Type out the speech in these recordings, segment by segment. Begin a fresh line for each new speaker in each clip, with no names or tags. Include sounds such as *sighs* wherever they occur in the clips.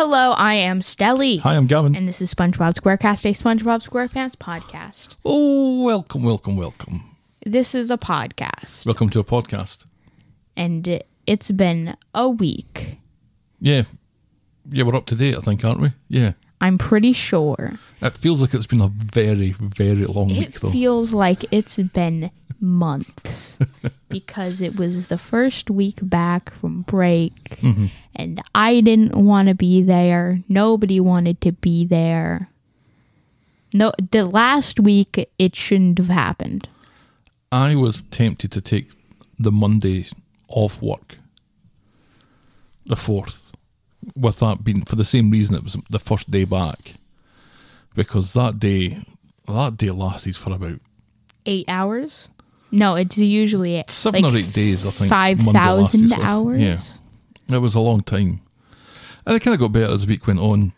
am Stelly.
Hi, I'm Gavin.
And this is SpongeBob SquareCast, a SpongeBob SquarePants podcast.
oh, welcome, welcome, welcome.
This is a podcast,
Welcome to a podcast.
and it- it's been a week.
Yeah. Yeah, we're up to date, I think, aren't we? Yeah.
I'm pretty sure.
It feels like it's been a very, very long
It
week, though.
feels like it's
*laughs*
been months because it was the first week back from break,
Mm-hmm.
and I didn't want to be there. Nobody wanted to be there. No, the last week it shouldn't have happened.
I was tempted to take the Monday off work, the 4th, with that being for the same reason it was the first day back. Because that day, that day lasted for about
eight hours. No, it's usually
seven
like
or eight days, I think.
five
Monday lasted
thousand
sort of-
hours.
Yeah. It was a long time. And it kind of got better as the week went on.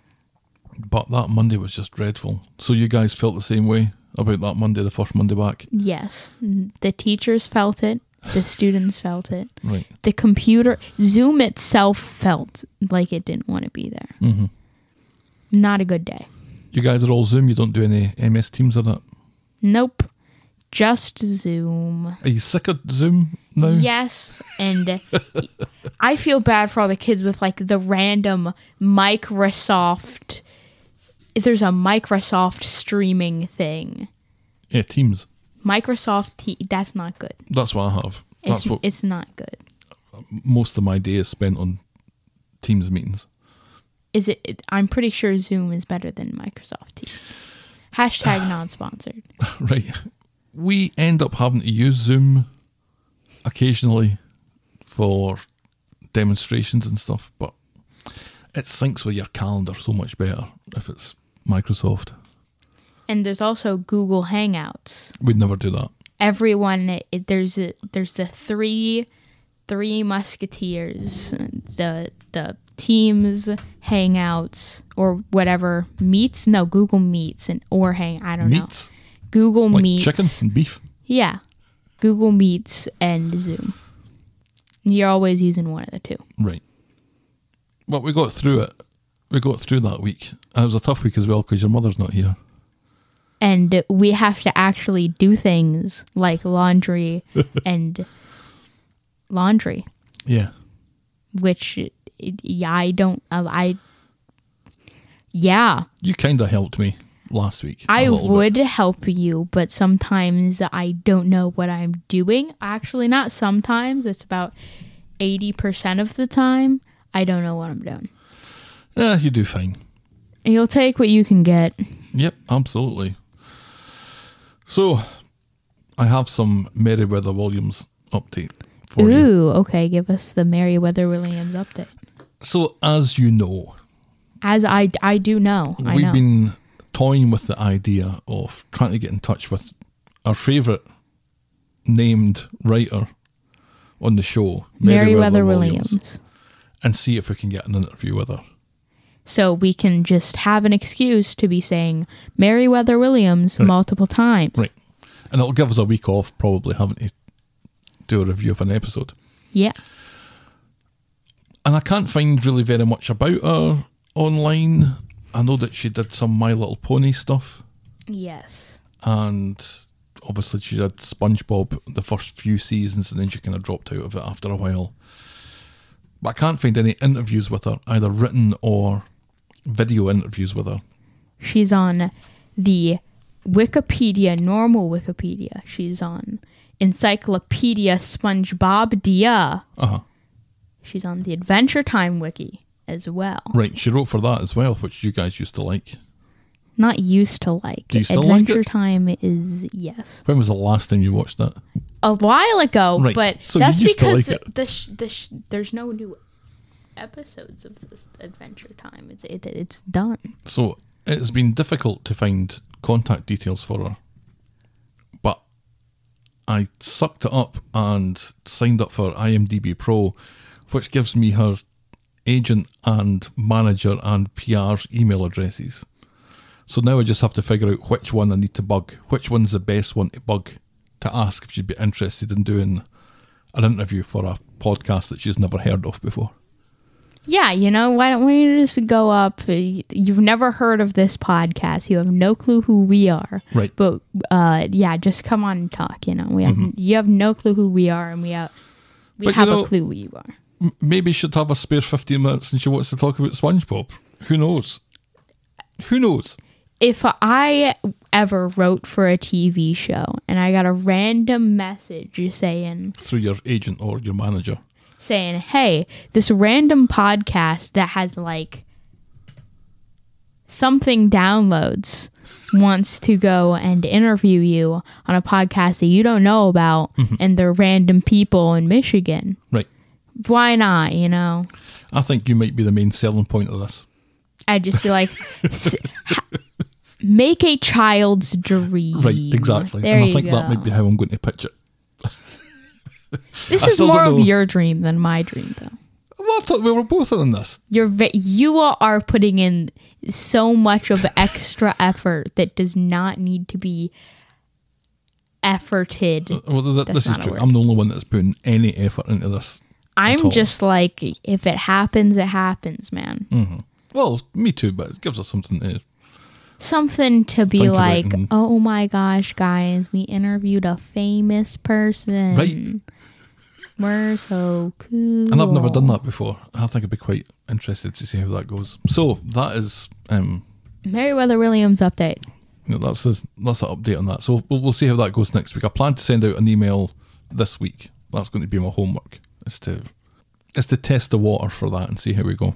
But that Monday was just dreadful. So you guys felt the same way about that Monday, the first Monday back?
Yes, the teachers felt it. The students felt it.
Right.
The computer Zoom itself felt like it didn't want to be there.
hmm
Not a good day.
You guys are all Zoom. You don't do any MS Teams or that.
Nope. Just Zoom.
Are you sick of Zoom now?
Yes, and I feel bad for all the kids with like the random Microsoft. If there's a Microsoft streaming thing,
Yeah, Teams.
Microsoft, te- that's not good.
That's what I have.
It's,
That's what
it's not good.
most of my day is spent on Teams meetings.
Is it, it? I'm pretty sure Zoom is better than Microsoft Teams. Hashtag
*sighs*
non-sponsored.
*laughs* right. We end up having to use Zoom occasionally for demonstrations and stuff, but it syncs with your calendar so much better if it's Microsoft.
And there's also Google Hangouts.
We'd never do that.
Everyone, it, there's a, there's the three three musketeers, the the Teams Hangouts or whatever meets. No, Google Meets and or Hang. I don't know.
Meats,
Google
like
Meets.
chicken and beef.
Yeah. Google Meets and Zoom. You're always using one of the two.
Right. But we got through it. We got through that week. And it was a tough week as well because your mother's not here.
and we have to actually do things like laundry and laundry
Yeah.
which yeah i don't uh, i yeah
You kind of helped me last week. I
i would help you but sometimes i don't know what i'm doing actually not sometimes it's about 80% of the time i don't know what i'm doing
Yeah, you do fine.
and you'll take what you can get
Yep, absolutely. So, I have some Meriwether Williams update for you.
ooh okay give us the merriweather williams update
So, as you know,
as i i do know i
we've
know
been toying with the idea of trying to get in touch with our favourite named writer on the show,
merriweather williams.
and see if we can get an interview with her.
So we can just have an excuse to be saying Meriwether Williams multiple times.
Right. And it'll give us a week off, probably, having to do a review of an episode.
Yeah.
and I can't find really very much about her online. I know that she did some My Little Pony stuff,
Yes.
and obviously she did SpongeBob the first few seasons, and then she kind of dropped out of it after a while. But I can't find any interviews with her, either written or video interviews with her.
She's on the Wikipedia, normal Wikipedia. She's on Encyclopedia SpongeBob Dia.
Uh huh.
She's on the Adventure Time wiki as well.
Right, she wrote for that as well, which you guys used to like.
Not used to like.
Do you still like
Adventure
it?
Time is yes.
When was the last time you watched that?
A while ago,
Right.
but
So you
that's
used to
because
like it.
the sh- the sh- there's no new episodes of this Adventure Time. It's it, it's done.
So it's been difficult to find contact details for her, but I sucked it up and signed up for IMDb Pro, which gives me her agent and manager and PR's email addresses. So now I just have to figure out which one I need to bug, which one's the best one to bug to ask if she'd be interested in doing an interview for a podcast that she's never heard of before.
Yeah, you know, why don't we just go up? Uh, You've never heard of this podcast. You have no clue who we are.
Right. Mm-hmm.
But uh, yeah, just come on and talk. You know, we have you have no clue who we are, and we have we
But you
have
know-
a clue who you are.
M- Maybe she'd have a spare 15 minutes and she wants to talk about SpongeBob. Who knows? Who knows?
If I ever wrote for a TV show and I got a random message saying
Through your agent or your manager.
saying, "Hey, this random podcast that has like something downloads wants to go and interview you on a podcast that you don't know about
Mm-hmm.
and they're random people in Michigan.
Right.
Why not, you know?"
I think you might be the main selling point of this.
I'd just be
*laughs*
like S- ha- make a child's dream.
Right, exactly.
There
and I
you
think
go.
that might be how I'm going to pitch it.
This
I
is
still
more
don't
of
know.
your dream than my dream though.
Well, I thought we were both in on this.
you're ve- you are putting in so much of extra *laughs* effort that does not need to be efforted.
Well, th- this is
not a
true.
word.
I'm the only one that's putting any effort into this. all.
I'm just like, if it happens, it happens, man.
Mm. Well, me too, but it gives us something to.
Something to be
Think about
like,
it and-
oh my gosh, guys, we interviewed a famous person.
Right.
We're so cool.
And I've never done that before. I think I'd be quite interested to see how that goes. So that is, um,
Meriwether Williams update.
you know, that's a, that's an update on that. So we'll, we'll see how that goes next week. I plan to send out an email this week. That's going to be my homework. Is to is to test the water for that and see how we go.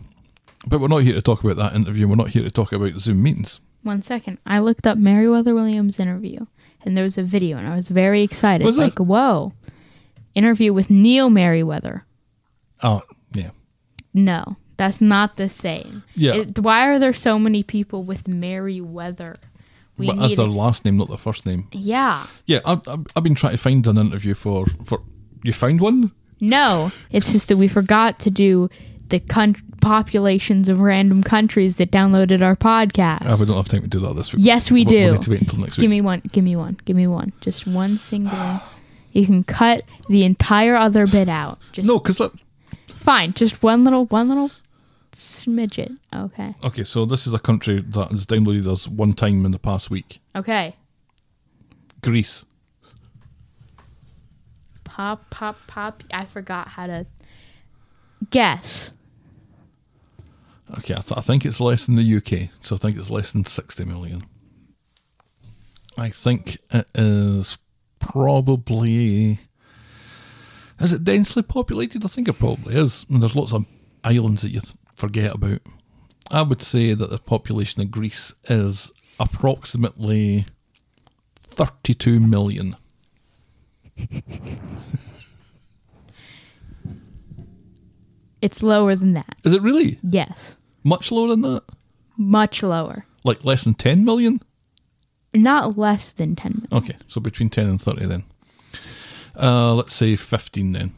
But we're not here to talk about that interview. We're not here to talk about Zoom meetings.
One second. I looked up Meriwether Williams interview and there was a video and I was very excited.
Was there?
like, whoa. Interview with Neil Meriwether.
Ah, yeah.
No, that's not the same.
Yeah.
It- why are there so many people with Meriwether? We
but as
need
their last name, not their first name.
Yeah.
Yeah, I, I, I've been trying to find an interview for for. You found one?
No, it's just that we forgot to do the con- populations of random countries that downloaded our podcast.
Ah, we don't have time to do that this week.
Yes, we
We'll- We'll
do.
need to wait until next week.
Give me one. Give me one. Give me one. Just one single. one. You can cut the entire other bit out. Just
no, because look.
fine. Just one little, one little smidget. Okay.
Okay, so this is a country that has downloaded us one time in the past week.
Okay.
Greece.
Pop, pop, pop. I forgot how to guess.
Okay, I, th- I think it's less than the UK, so I think it's less than 60 million. I think it is probably. Is it densely populated? I think it probably is. And there's lots of islands that you th- forget about. I would say that the population of Greece is approximately 32 million.
It's lower than that.
Is it really?
Yes.
Much lower than that?
Much lower.
Like less than 10 million?
Not less than 10 minutes.
Okay, so between 10 and 30 then. Uh, let's say 15 then.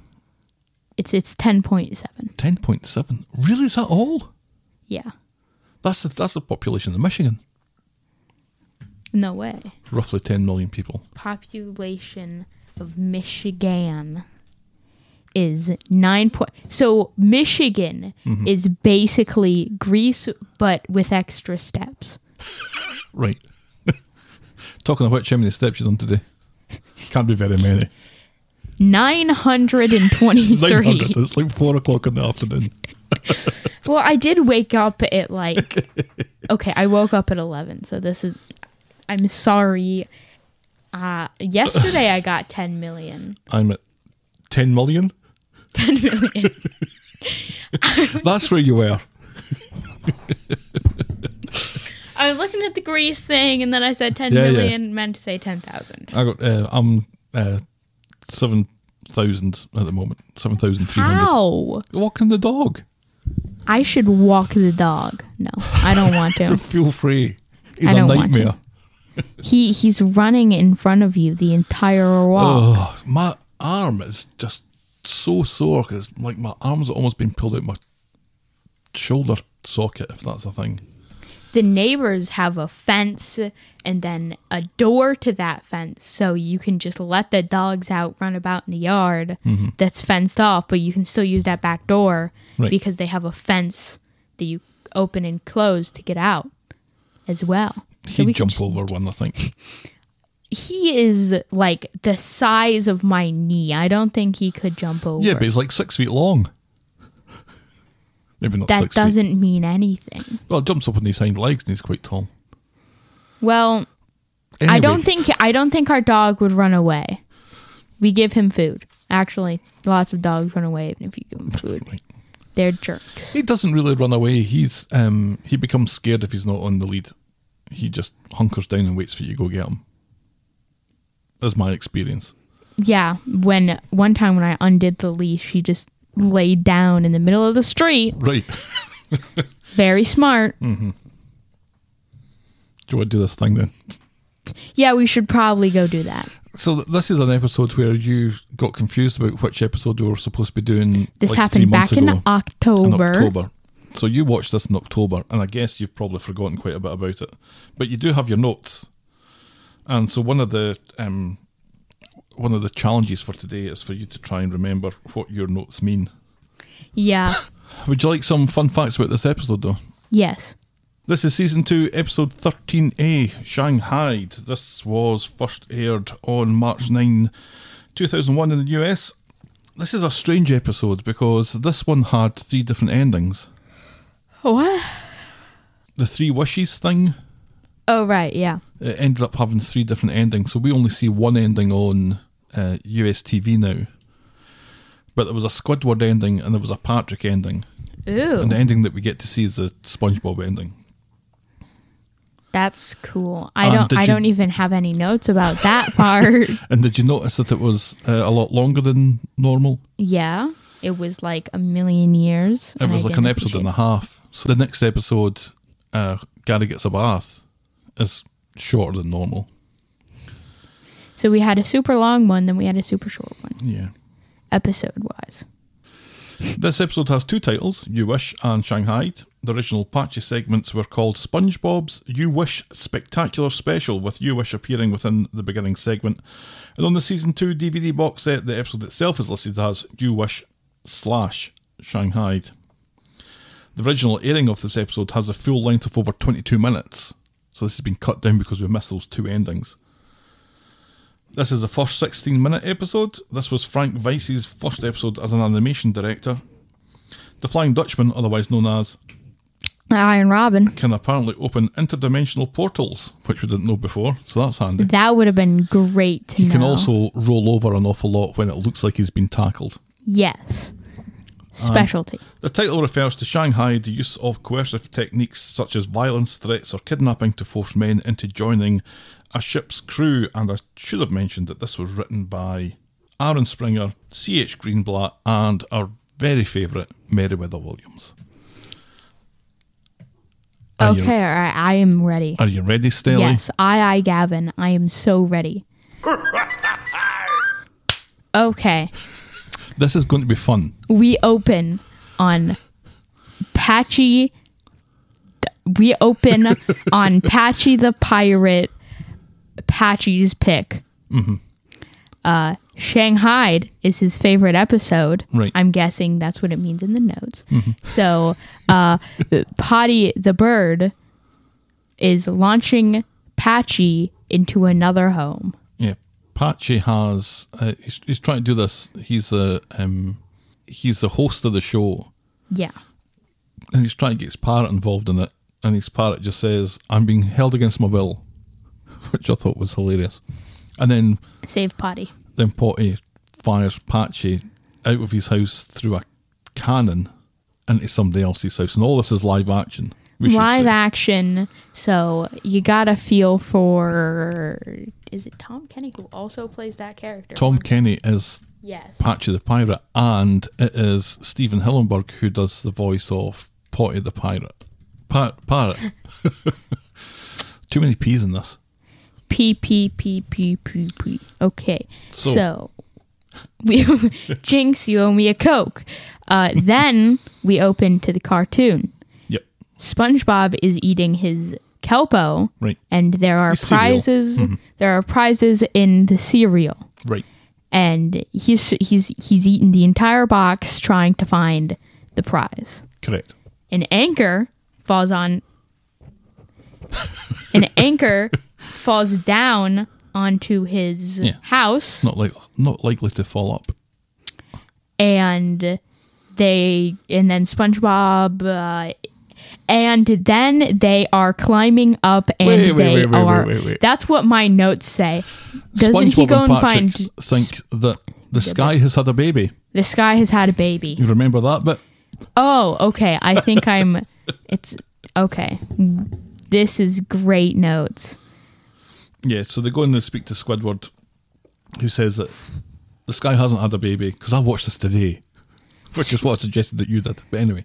It's, it's 10.7.
10.7. Really, is that all?
Yeah.
That's the, that's the population of Michigan.
No way.
Roughly 10 million people.
population of Michigan is nine point. So Michigan is basically Greece, but with extra steps.
Right. *laughs* Talking about how many steps you've done today. Can't be very many.
Nine hundred and
900.
twenty-three.
It's like 4 o'clock in the afternoon.
well, I did wake up at like. Okay, I woke up at eleven. So this is. I'm sorry. Uh, yesterday I got ten million.
I'm at 10 million.
10 million.
*laughs* That's where you were.
I was looking at the Greece thing, and then I said ten
Yeah,
million
yeah.
meant to say ten thousand.
I got, uh, I'm uh, 7,000 at the moment. 7,300.
How?
Walking the dog.
I should walk the dog. No, I don't want
*laughs*
to.
Feel free. He's
I
a
don't want to.
nightmare.
He he's running in front of you the entire walk.
Oh, my arm is just so sore because like my arm's almost been pulled out my shoulder socket, if that's a thing.
the neighbors have a fence and then a door to that fence, so you can just let the dogs out, run about in the yard that's fenced off, but you can still use that back door
Mm-hmm. Right.
because they have a fence that you open and close to get out as well. So
He'd
we can
jump
just-
over one,
*laughs*
I think.
He is like the size of my knee. I don't think he could jump over.
Yeah, but he's like six feet long. Maybe not
that
6
doesn't mean anything.
feet. Well, it jumps up on his hind legs and he's quite tall.
Well, I
Anyway,
don't think I don't think our dog would run away. We give him food. Actually, lots of dogs run away even if you give them food.
Right.
They're jerks.
He doesn't really run away. He's um he becomes scared if he's not on the lead. He just hunkers down and waits for you to go get him. That's my experience.
Yeah, when one time when I undid the leash, he just laid down in the middle of the street.
Right. *laughs*
Very smart.
Hmm. Do you want to do this thing then?
Yeah, we should probably go do that.
So th- this is an episode where you got confused about which episode we were supposed to be doing.
This
like, three
happened
months
back in
ago. in
October.
October. So you watched this in October, and I guess you've probably forgotten quite a bit about it, but you do have your notes. And so one of the um, one of the challenges for today is for you to try and remember what your notes mean. *laughs*
Yeah.
Would you like some fun facts about this episode, though?
yes.
This is season two, episode thirteen A, Shanghai. This was first aired on March 9, two thousand one, in the US. This is a strange episode because this one had three different endings.
What?
the three wishes thing
Oh right, yeah.
it ended up having three different endings so we only see one ending on uh, us tv now but there was a squidward ending and there was a patrick ending
Ooh.
and the ending that we get to see is the spongebob ending
That's cool. I
Um,
don't
did
I
you-
don't even have any notes about that
*laughs*
part.
and did you notice that it was uh, a lot longer than normal
yeah. It was like a million years.
it was like an episode and a half so the next episode uh, gary gets a bath is shorter than normal
So we had a super long one, then we had a super short one,
yeah
episode wise.
This episode has two titles, You Wish and Shanghai. The original Patchy segments were called SpongeBob's You Wish Spectacular Special, with You Wish appearing within the beginning segment. And on the Season 2 DVD box set, the episode itself is listed as You Wish slash Shanghai. The original airing of this episode has a full length of over 22 minutes, so this has been cut down because we missed those two endings. This is the first 16 minute episode. This was Frank Weiss's first episode as an animation director. The Flying Dutchman, otherwise known as,
Iron Robin.
can apparently open interdimensional portals, which we didn't know before, so that's handy.
That would have been great to
He
know.
can also roll over an awful lot when it looks like he's been tackled.
Yes.
Um,
Specialty.
The title refers to Shanghai, the use of coercive techniques such as violence, threats, or kidnapping to force men into joining a ship's crew. And I should have mentioned that this was written by Aaron Springer, C.H. Greenblatt, and our very favourite, Meriwether Williams. Are
okay,
You,
all right, I am ready.
are you ready, Stelly?
Yes, I, I, Gavin, I am so ready. okay,
This is going to be fun.
we open on Patchy. We open on Patchy the Pirate, Patchy's pick. Mm-hmm. Uh, Shanghai is his favorite episode.
Right.
I'm guessing that's what it means in the notes. So, uh, Potty the Bird is launching Patchy into another home.
Yeah, Patchy has. Uh, he's, he's trying to do this. He's the um, he's the host of the show,
Yeah.
and he's trying to get his parrot involved in it. And his parrot just says, "I'm being held against my will," *laughs* which I thought was hilarious. And then
Save Potty.
then Potty fires Patchy out of his house through a cannon into somebody else's house, and all this is live action. We should
live
say.
action. So you got to feel for. Is it Tom Kenny who also plays that character?
Tom Kenny is
Yes.
Patchy the Pirate, and it is Stephen Hillenburg who does the voice of Potty the Pirate. Pa- parrot. *laughs* Too many P's in this.
P P P P P P. Okay.
So-
So, we *laughs* Jinx, you owe me a coke. Uh, then we open to the cartoon.
Yep.
SpongeBob is eating his kelpo,
Right.
and there are
His cereal. Mm-hmm.
prizes. There are prizes in the cereal,
Right.
and he's he's he's eaten the entire box trying to find the prize.
Correct.
An anchor falls on.
*laughs*
an anchor falls down onto his
Yeah.
house.
Not like not likely to fall up.
and they and then SpongeBob uh, and then they are climbing up and
Wait, wait,
they
wait, wait,
are
wait, wait, wait.
that's what my notes say. Doesn't
SpongeBob
he go
and
and,
Patrick
find
think that the sky has had a baby.
the sky has had a baby?
You remember that bit?
Oh, okay. I think
*laughs*
I'm it's okay. This is great notes.
Yeah, so they go in and speak to Squidward, who says that the sky hasn't had a baby because I watched this today, *laughs* which is what I suggested that you did. But anyway,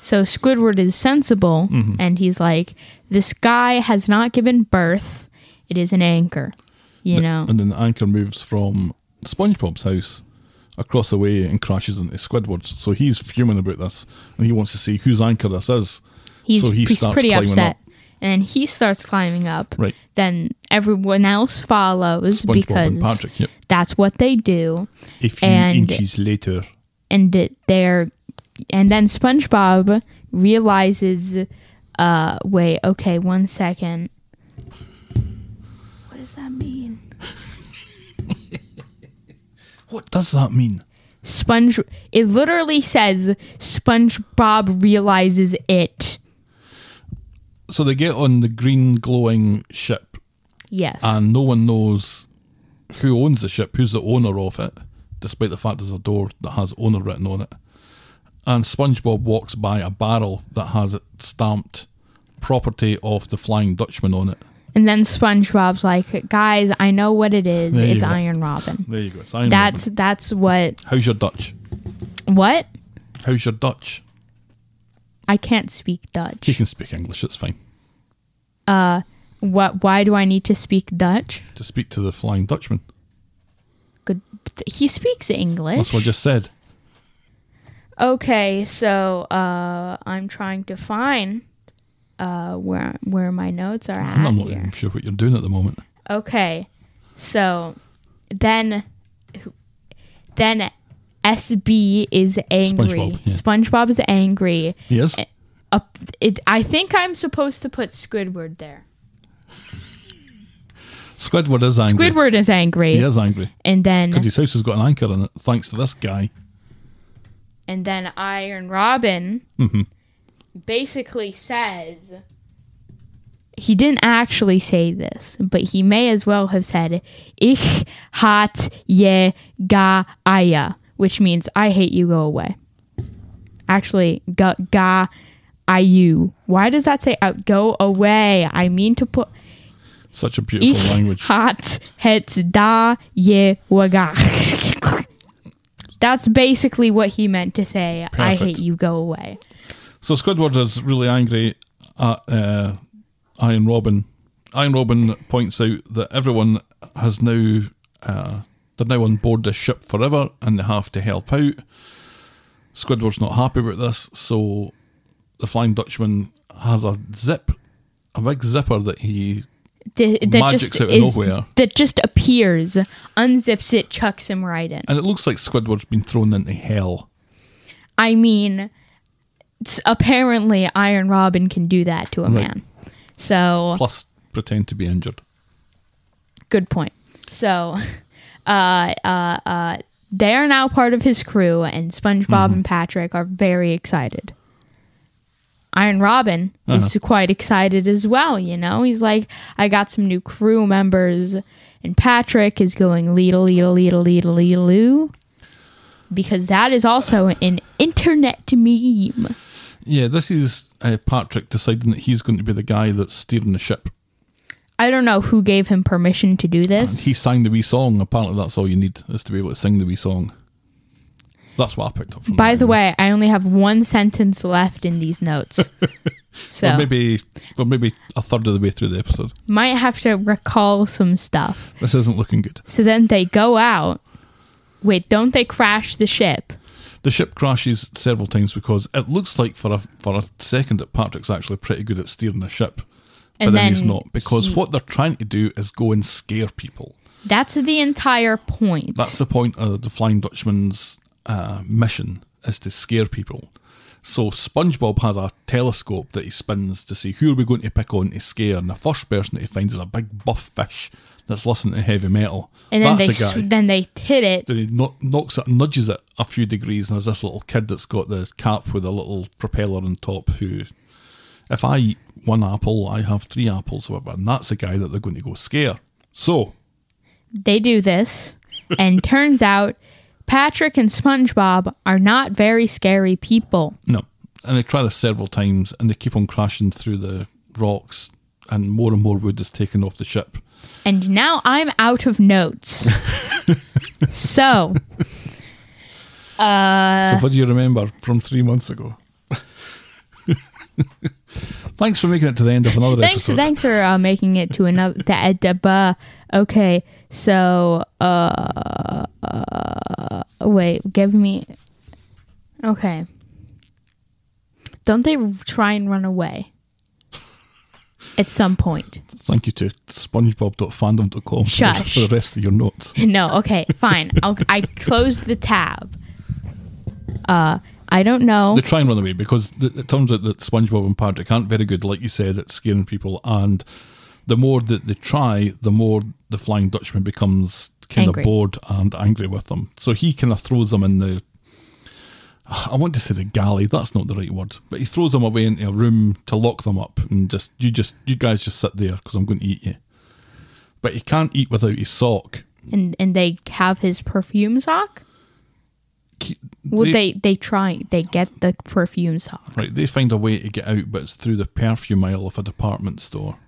So Squidward is sensible
Mm-hmm.
and he's like, The sky has not given birth. It is an anchor. You know.
and then the anchor moves from SpongeBob's house across the way and crashes into Squidward's. So he's fuming about this, and he wants to see whose anchor this is.
he's,
so he
he's
starts
pretty
climbing
upset.
up.
And he starts climbing up.
Right.
Then everyone else follows
SpongeBob
because
and Patrick. Yep.
that's what they do.
A few
And-
inches later,
And it- they're and then SpongeBob realizes uh wait, okay, one second. What does that mean?
what does that mean?
Sponge it literally says SpongeBob realizes it.
So they get on the green glowing ship
Yes.
and no one knows who owns the ship, who's the owner of it, despite the fact there's a door that has owner written on it. And SpongeBob walks by a barrel that has it stamped property of the Flying Dutchman on it.
and then SpongeBob's like, "Guys, I know what it is.
There you
It's
go.
Iron Robin."
There you go. It's Iron
That's
Robin.
that's what
How's your Dutch?
what
How's your Dutch?
I can't speak Dutch.
*laughs* He can speak English, it's fine.
What? Why do I need to speak Dutch?
To speak to the Flying Dutchman.
Good. He speaks
That's
English.
what I just said.
Okay, so uh, I'm trying to find uh, where where my notes are at.
I'm not
here.
even sure what you're doing at the moment.
Okay, so then then SB is angry.
SpongeBob, yeah.
SpongeBob is angry.
He is?
Up, it, I think I'm supposed to put Squidward there.
Squidward is angry.
Squidward is angry,
He is angry.
and then
Because his house has got an anchor in it, thanks to this guy.
and then Iron Robin basically says he didn't actually say this, but he may as well have said "Ich hat je ga aya," which means "I hate you, go away." Actually, ga ga ayu. Why does that say out? Go away. I mean to put
Such a beautiful language.
hat het da je waga. That's basically what he meant to say. I
Perfect.
hate you. Go away.
So Squidward is really angry at uh, Iron Robin. Iron Robin points out that everyone has now uh, they're now on board this ship forever, and they have to help out. Squidward's not happy about this, so the Flying Dutchman has a zip, a big zipper that he
Th- that
Magic's
just
out of
is,
nowhere.
That just appears, unzips it, chucks him right in.
and it looks like Squidward's been thrown into hell.
I mean, it's, apparently Iron Robin can do that to a man. So
Plus, pretend to be injured.
good point. So, *laughs* uh, uh, uh, they are now part of his crew, and SpongeBob and Patrick are very excited. Iron Robin is quite excited as well. You know, he's like, "I got some new crew members," and Patrick is going leetle leetle leetle leetle leetle loo, because that is also an internet meme.
Yeah, this is uh, Patrick deciding that he's going to be the guy that's steering the ship.
I don't know who gave him permission to do this.
He sang the wee song. Apparently, that's all you need is to be able to sing the wee song. That's what I picked up from.
By
that
the
anyway.
way, I only have one sentence left in these
*laughs*
notes. so
or maybe, or maybe a third of the way through the episode.
might have to recall some stuff.
This isn't looking good.
So then they go out. Wait, don't they crash the ship?
The ship crashes several times because it looks like for a for a second that Patrick's actually pretty good at steering a ship, but
And
then, he's
then
not because
he-
what they're trying to do is go and scare people.
That's the entire point.
That's the point of the Flying Dutchman's uh, mission is to scare people. So SpongeBob has a telescope that he spins to see who are we going to pick on to scare, and the first person that he finds is a big buff fish that's listening to heavy metal.
and then they
that's the guy.
sw- then they hit it.
then he kno- knocks it, nudges it a few degrees, and there's this little kid that's got the cap with a little propeller on top. Who, if I eat one apple, I have three apples, or whatever, and that's the guy that they're going to go scare. So
They do this,
*laughs*
and turns out Patrick and SpongeBob are not very scary people.
No. And they try this several times and they keep on crashing through the rocks and more and more wood is taken off the ship.
And now I'm out of
*laughs*
notes. so, Uh.
so what do you remember from three months ago? *laughs* Thanks for making it to the end of another
thanks,
episode.
thanks for uh, making it to another. Da, da, ba. Okay, so uh, uh, wait, give me. Okay, don't they try and run away at some point?
Thank you to spongebob.fandom.com for the-
Shush.
for the rest of your notes.
No, okay, fine. I'll, I closed the tab. Uh, I don't know.
They try and run away because th- it turns out that SpongeBob and Patrick aren't very good, like you said, at scaring people. And the more that they try, the more the Flying Dutchman becomes kind
Angry.
of bored and angry with them. So he kind of throws them in the. I want to say the galley. That's not the right word, but he throws them away into a room to lock them up and just you just you guys just sit there because I'm going to eat you. But he can't eat without his sock.
and and they have his perfume sock.
Ke-
Well, they they try. They get the perfume sock.
Right, they find a way to get out, but it's through the perfume aisle of a department store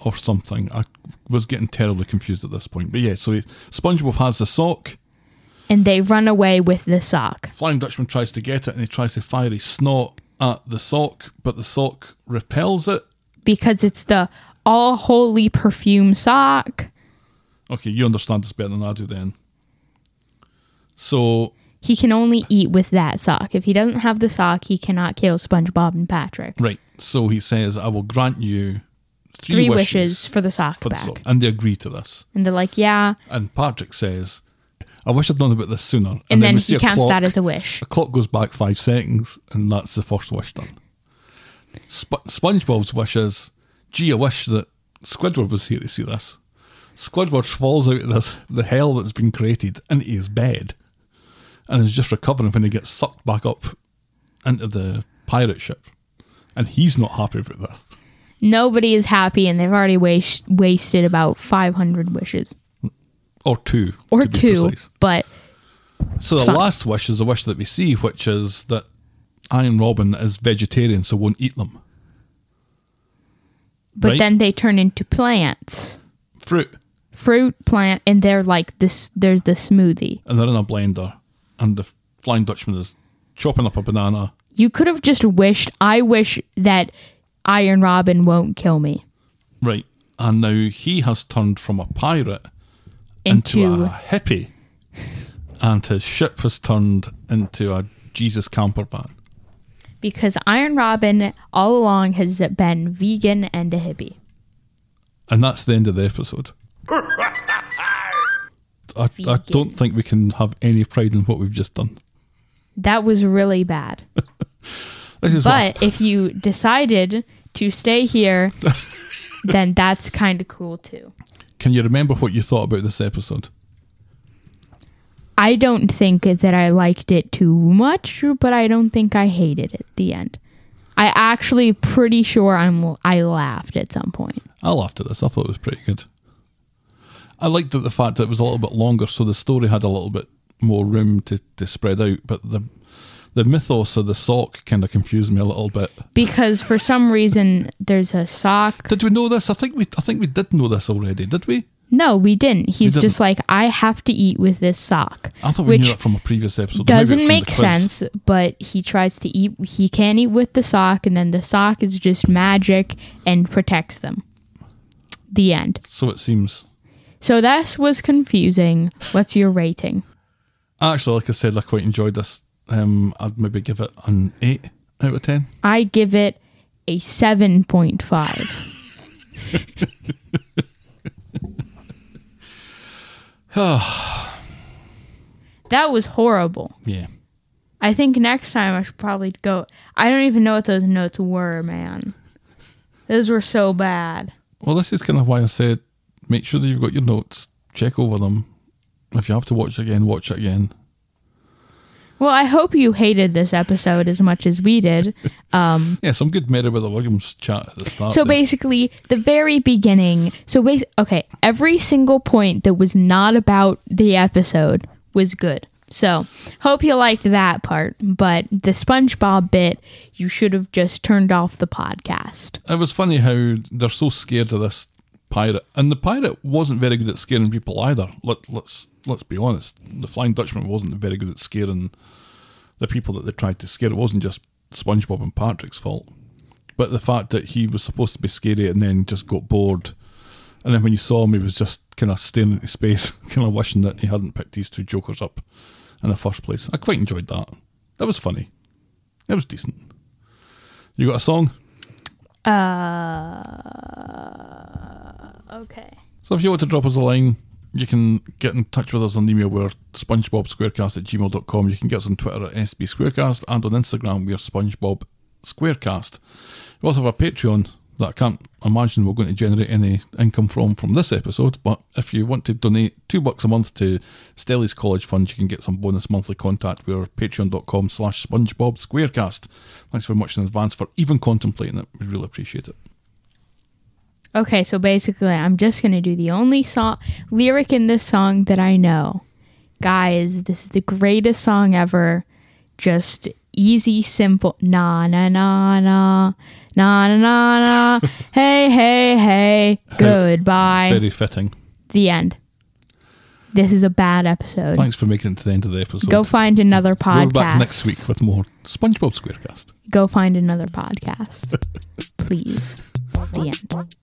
or something. I was getting terribly confused at this point. But yeah, so SpongeBob has the sock.
and they run away with the sock.
Flying Dutchman tries to get it and he tries to fire his snot at the sock, but the sock repels it.
because it's the all holy perfume sock.
Okay, you understand this better than I do then. So
He can only eat with that sock. If he doesn't have the sock, he cannot kill SpongeBob and Patrick.
right, so he says, I will grant you three,
Three wishes,
wishes,
for the sock
for the
back.
sock. And they agree to this.
And they're like, yeah.
And Patrick says, I wish I'd known about this sooner. And,
And, then,
we see
he
a
counts
clock.
that as a wish.
The clock goes back five seconds, and that's the first wish done. Sp- SpongeBob's wish is, gee, I wish that Squidward was here to see this. Squidward falls out of this, the hell that's been created into his bed and is just recovering when he gets sucked back up into the pirate ship. And he's not happy about that.
Nobody is happy, and they've already was- wasted about 500 wishes.
Or two.
Or
to be
two.
precise.
But
So the
Fun.
last wish is a wish that we see, which is that Iron Robin is vegetarian, so won't eat them.
but
Right.
then they turn into plants.
Fruit.
Fruit plant, and they're like this. There's the smoothie.
and they're in a blender, and the Flying Dutchman is chopping up a banana.
You could have just wished. I wish that Iron Robin won't kill me.
Right. And now he has turned from a pirate into,
Into
a hippie, and his ship has turned into a Jesus camper van.
because Iron Robin all along has been vegan and a hippie.
And that's the end of the episode. I, I don't think we can have any pride in what we've just done.
That was really
*laughs*
bad.
This is what,
But if you decided to stay
*laughs*
here, then that's kind of cool too.
can you remember what you thought about this episode?
I don't think that I liked it too much, but I don't think I hated it at the end. I actually pretty sure I'm I laughed at some point.
I laughed at this. I thought it was pretty good. I liked the fact that it was a little bit longer, so the story had a little bit more room to, to spread out. But the the mythos of the sock kind of confused me a little bit.
Because for some reason there's a sock.
Did we know this? I think we I think we did know this already. Did we?
No, we didn't. He's
didn't. Oh,
just like I have to eat with this sock.
I thought we
which
knew that from a previous episode. Maybe it's
doesn't
from
make
the quiz.
sense, but he tries to eat. He can eat with the sock, and then the sock is just magic and protects them. The end.
So it seems.
So this was confusing. What's your rating?
Actually, like I said, I quite enjoyed this. Um, I'd maybe give it an eight out of ten.
I give it a
*laughs*
7.5. *sighs* that was horrible.
Yeah,
I think next time I should probably go. I don't even know what those notes were, man. Those were so bad.
Well, this is kind of why I said make sure that you've got your notes, check over them. If you have to watch it again, watch it again.
Well, I hope you hated this episode as much as we did. Um,
*laughs* Yeah, some good Meriwether Williams chat at the start.
So
there.
basically, the very beginning. So bas- okay, every single point that was not about the episode was good. So hope you liked that part. But the SpongeBob bit, you should have just turned off the podcast.
it was funny how they're so scared of this pirate, and the pirate wasn't very good at scaring people either. Let, let's let's be honest. The Flying Dutchman wasn't very good at scaring the people that they tried to scare. It wasn't just SpongeBob and Patrick's fault, but the fact that he was supposed to be scary and then just got bored, and then when you saw him, he was just kind of staring into *laughs* space, kind of wishing that he hadn't picked these two jokers up in the first place. I quite enjoyed that. That was funny. That was decent. You got a song?
Uh, Okay.
So if you want to drop us a line, you can get in touch with us on email. We're spongebobsquarecast at gmail.com. You can get us on Twitter at sbsquarecast and on Instagram we're SpongeBob Squarecast. We also have a Patreon that I can't imagine we're going to generate any income from from this episode, but if you want to donate two bucks a month to Stelly's College Fund, you can get some bonus monthly contact. We're patreon.com slash SpongeBob Squarecast. Thanks very much in advance for even contemplating it. We really appreciate it.
Okay, so basically, I'm just going to do the only song lyric in this song that I know. Guys, this is the greatest song ever. Just easy, simple. Na na na na. Na na na
*laughs*
na. hey, hey, hey. Goodbye.
Very fitting.
the end. This is a bad episode.
Thanks for making it to the end of the episode.
Go find another podcast.
We'll be back next week with more SpongeBob SquareCast.
Go find another podcast. Please. The end.